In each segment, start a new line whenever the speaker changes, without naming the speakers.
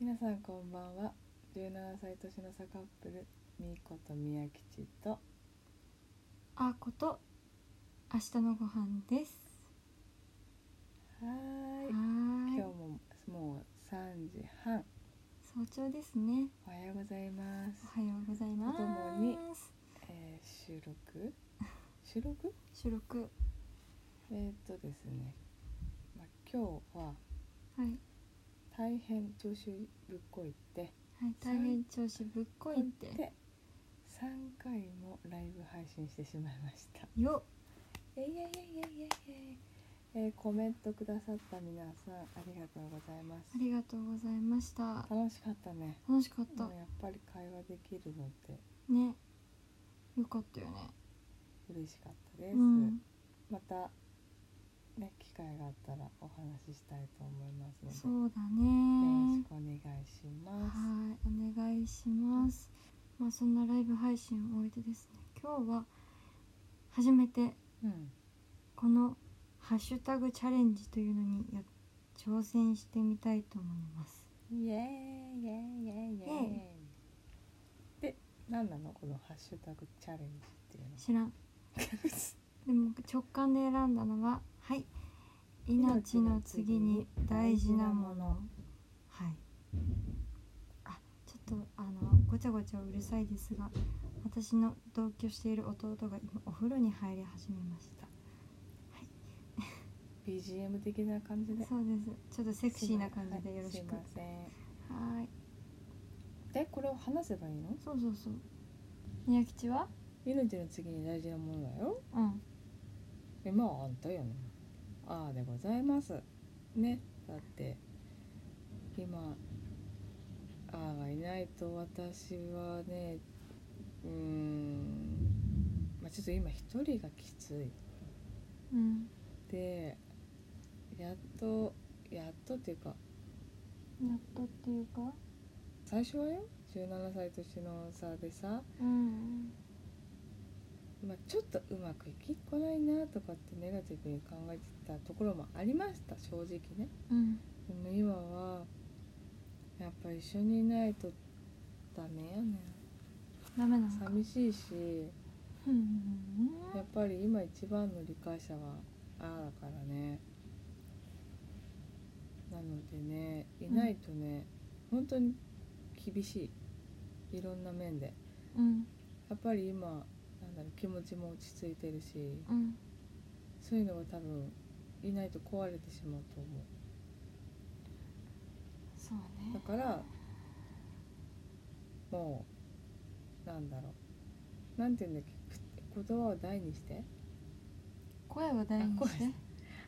皆さんこんばんは17歳年の差カップルみーことみやきちと
あーこと明日のご飯です。
はー
はいー
今
い
日。ももう3時半
早朝ですね。
おはようございます、
おはようございます。
とともにえー収録収録
収録
えーっとですね、まあ、今日は
はい
大変調子ぶっこいて
はい大変調子ぶっこいて
で3回もライブ配信してしまいました
よ
いやいやいやいやいやえーコメントくださった皆さんありがとうございます
ありがとうございました。
楽しかったね
楽しかっ
も
た
うやっぱり会話できるのって
ね。よかったよね。
嬉しかったです、
うん
またね機会があったらお話ししたいと思いますので
そ
よ
うだ
ろし
ね
く。お願いし
は
ます
いお願いします。まあそんなライブ配信を終えてですね今日は初めて
うん
このハッシュタグチャレンジというのにや挑戦してみたいと思います。
イエーイイエーイイエーイイエーイ
イ
で何なのこの「ハッシュタグチャレンジ」っていうの
知らん。でも直感で選んだのははい命の次に大事なものはい。あちょっとあのごちゃごちゃうるさいですが私の同居している弟が今お風呂に入り始めました。
BGM 的な感じで
そうです。ちょっとセクシーな感じでよろしく。
は
はい
すいません
ーい。
でこれを話せばいいの
そうそうそう。宮吉は？
命の次に大事なものだよ
うん。
えまああんたやねああでございますねだって今ああがいないと私はねうーんまあちょっと今一人がきつい
うん。
でやっとやっとっていうか
やっとっていうか。
最初はよ17歳年の差でさ、
うん
まあ、ちょっとうまくいきっこないなとかってネガティブに考えてたところもありました正直ね
うん
でも今はやっぱ一緒にいないとダメやね
ダメなのか
寂しいし
うん
やっぱり今一番の理解者はああだからねなのでねいないとね、本当に厳しいいろんな面で
うん
やっぱり今なんだろう気持ちも落ち着いてるし
うん
そういうのが多分いないと壊れてしまうと思
そう
うだ
ね
からもうなんだろうなんて言うんだっけく言葉を大にして
声を大にして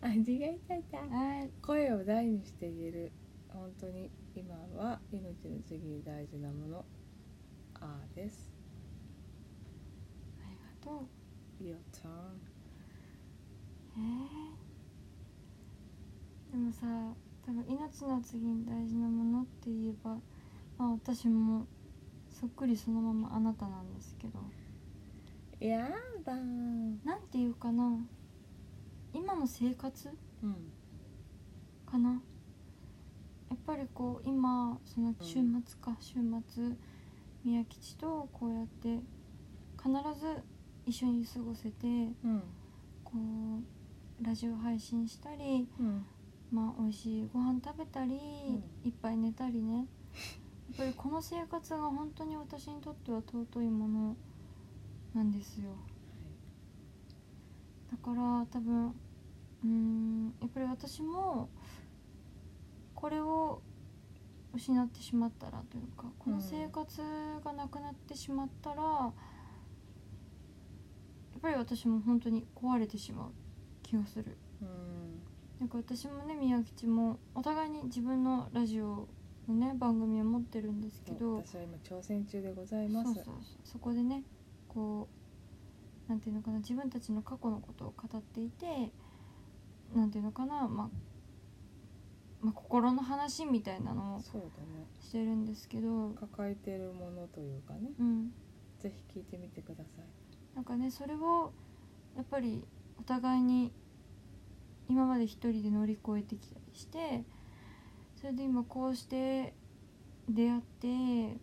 あ字が痛いた
はい
声を大にして言える本当に今は命の次に大事なものあーです
ありがとう
Your turn
えーでもさ多分命の次に大事なものって言えばまあ私もそっくりそのままあなたなんですけど
やだーうん
なんていうかな今の生活かなやっぱりこう今その週末か、週末宮吉とこうやって必ず一緒に過ごせて
うん
こうラジオ配信したり
うん
まあ美味しいご飯食べたり、
う
いっぱい寝たりねやっぱりこの生活が本当に私にとっては尊いものなんですよだから多分うーんやっぱり私もこれを失ってしまったらというかこ
う
の
ん
生活がなくなってしまったら、やっぱり私も本当に壊れてしまう気がする
うん
なんか私もね宮吉もお互いに自分のラジオのね番組を持ってるんですけど
私は今挑戦中でござい
そ
ま
う
す
そうそうそこでねこうなんていうのかな自分たちの過去のことを語っていてなんていうのかな、まあ、まあ心の話みたいなのを
そうだね
してるんですけど、
抱えてるものというかね
うん、
ぜひ聞いてみてください
なんかねそれをやっぱりお互いに今まで一人で乗り越えてきたりしてそれで今こうして出会って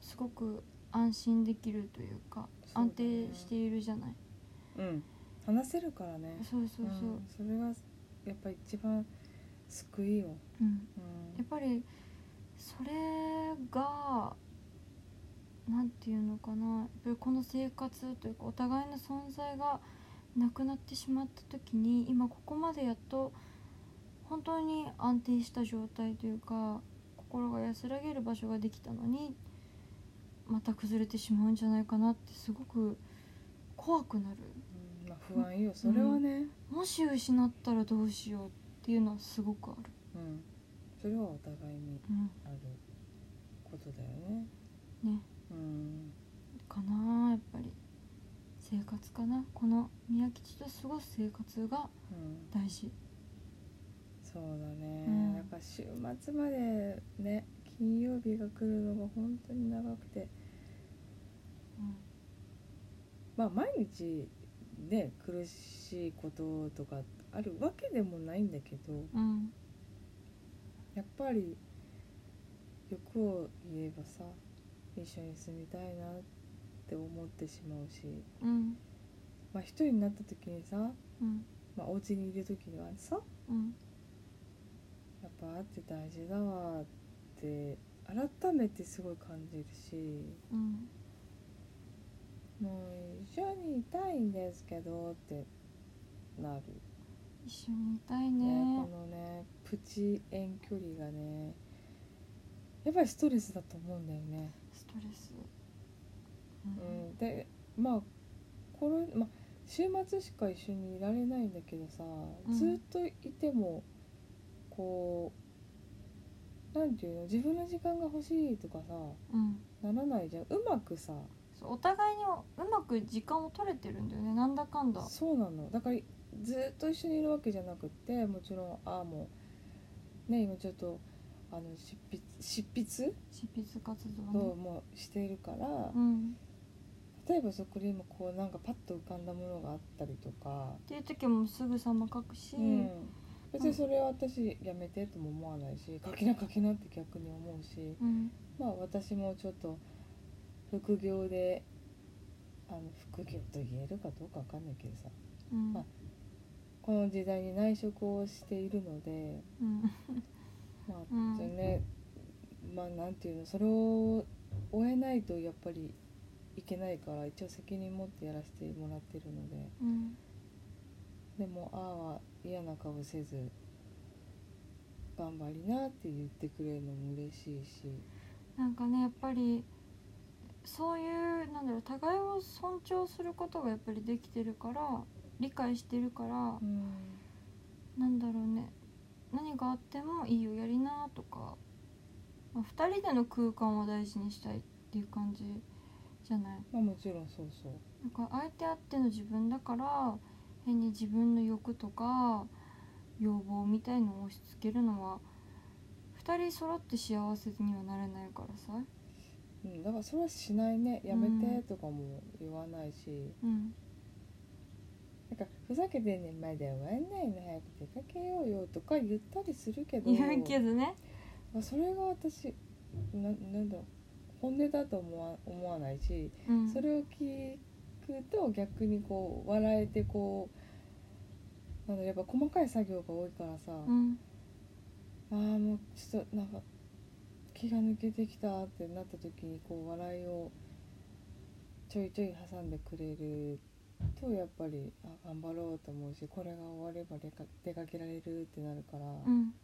すごく安心できるというか
そうだ
安
ね
定しているじゃない
うん話せるからね
そうそうそう、
んそれがやっぱ一番救いよ、
うん
うん
やっぱりそれがなんていうのかなやっぱりこの生活というかお互いの存在がなくなってしまった時に今ここまでやっと本当に安定した状態というか心が安らげる場所ができたのにまた崩れてしまうんじゃないかなってすごく怖くなる
うんまあ、不安よそれはね、
もし失ったらどうしようっていうのはすごくある、
うんそれはお互いに
うん、
あることだよね
ね
うん
かなやっぱり生活かなこの宮吉と過ごす生活が
うん
大事
そうだね、
うん
なんか週末までね金曜日が来るのが本当に長くて
うん
まあ毎日ね苦しいこととかあるわけでもないんだけど
うん
やっぱり欲を言えばさ一緒に住みたいなって思ってしまうし
うん
まあ一人になった時にさ、
うん
まあ、お家にいる時にはさ
うん
やっぱ会って大事だわって改めてすごい感じるし
うん
もう一緒にいたいんですけどってなる
一緒にいたいね
ねこのねプチ遠距離がねやっぱりストレスだと思うんだよね、
ストレスうん
うん、でまあこれ、まあ、週末しか一緒にいられないんだけどさ、
うん
ずっといてもこうなんていうの自分の時間が欲しいとかさ
うん
ならないじゃんうまくさ
そうお互いにうまく時間を取れてるんだよねなんだかんだ
そうなのだからずっと一緒にいるわけじゃなくってもちろんああもうね今ちょっとあの執筆執筆
執筆活動
を
ね
もうしているから、
うん
例えばそこで今こうなんかパッと浮かんだものがあったりとか、
っていう時もすぐさま書くし、
うん別にそれは私やめてとも思わないし書きな書きなって逆に思うし
うん
まあ私もちょっと副業であの副業と言えるかどうかわかんないけどさ
うん
あこの時代に内職をしているので
うん
まあ、
うん
じゃあねまあなんていうのそれを終えないとやっぱりいけないから一応責任持ってやらせてもらってるので
うん
でもああは嫌な顔せず頑張りなって言ってくれるのも嬉しいし、
なんかねやっぱりそういうなんだろう互いを尊重することがやっぱりできてるから理解してるから、
うん、
なんだろうね何があってもいいよやりなとか、まあ、2人での空間を大事にしたいっていう感じじゃない
まあもちろんそうそう
なんか相手あっての自分だから変に自分の欲とか要望みたいのを押し付けるのは2人揃って幸せにはなれないからさ。
うん、だからそれはしないねやめてとかも言わないし、
うん
なんかふざけてんねんまだ終わんないの早く出かけようよとか言ったりするけど
言うけどね
まあそれが私ななんだろう本音だと思わ思わないし、
うん
それを聞くと逆にこう笑えてこうなんだろうやっぱ細かい作業が多いからさ、
うん
ああもうちょっとなんか気が抜けてきたってなった時にこう笑いをちょいちょい挟んでくれるとやっぱりあ頑張ろうと思うしこれが終われば出か出かけられるってなるから、
うん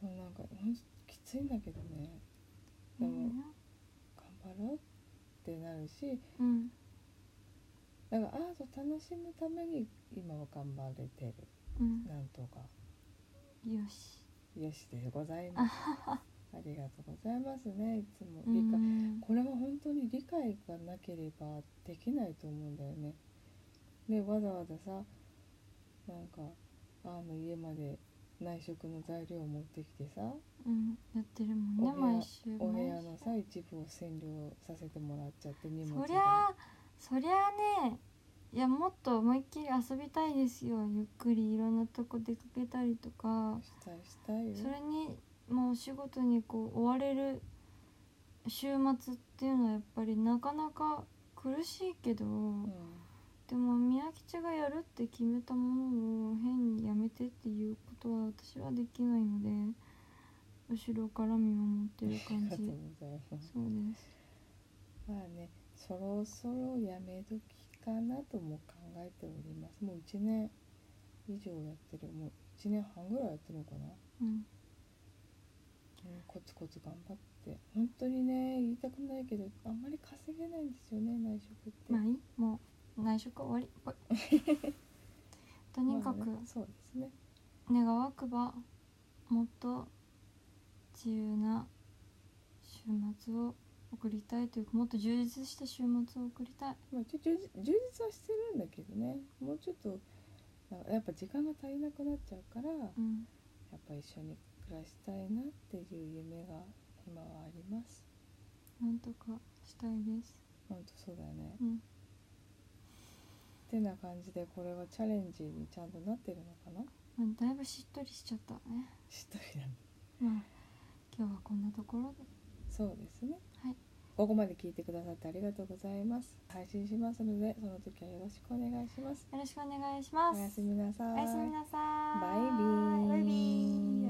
そうなんかほんときついんだけどね
う
でも
ん
頑張ろうってなるし
うん
だからアート楽しむために今は頑張れてる
うん
なんとか
よし
よしでございます。ありがとうございますねいつも
う
理解
ん
これは本当に理解がなければできないと思うんだよね。でわざわざさなんかあの家まで内職の材料を持ってきてさ
うんやってるもんね
お部屋
毎週
お部屋
毎
の
週
さ一部を占領させてもらっちゃって荷物
そりゃあそりゃあねいやもっと思いっきり遊びたいですよゆっくりいろんなとこ出かけたりとか
したいしたいよ
それにまあ、お仕事にこう追われる週末っていうのはやっぱりなかなか苦しいけど、
う
でも宮吉がやるって決めたものを変にやめてっていうことは私はできないので後ろから見守ってる
ん、あり
感
が
じ
とう ございます
そうです
まあねそろそろやめ時かなとも考えておりますもう1年以上やってるもう1年半ぐらいやってるのかな、
うん
うんコツコツ頑張って本当にね言いたくないけどあんまり稼げないんですよね内職って、
まあいいもう内職終わりぽい とにかく
まあねそうですね
願わくばもっと自由な週末を送りたいというかもっと充実した週末を送りたい
まあ、ちょ充実充実はしてるんだけどねもうちょっとなんかやっぱ時間が足りなくなっちゃうからや
うん
っぱ一緒に暮らしたいなっていう夢が今はあります
なんとかしたいです
ほんとそうだよね
うん
ってな感じでこれはチャレンジにちゃんとなってるのか な
まあだいぶしっとりしちゃったね
しっとりなの
まあ今日はこんなところで
そうですね
はい
ここまで聞いてくださってありがとうございます配信しますのでその時はよろしくお願いします
よろしくお願いしま
お
す
やすみなさい
おやすみなさい
バイビー
バイビー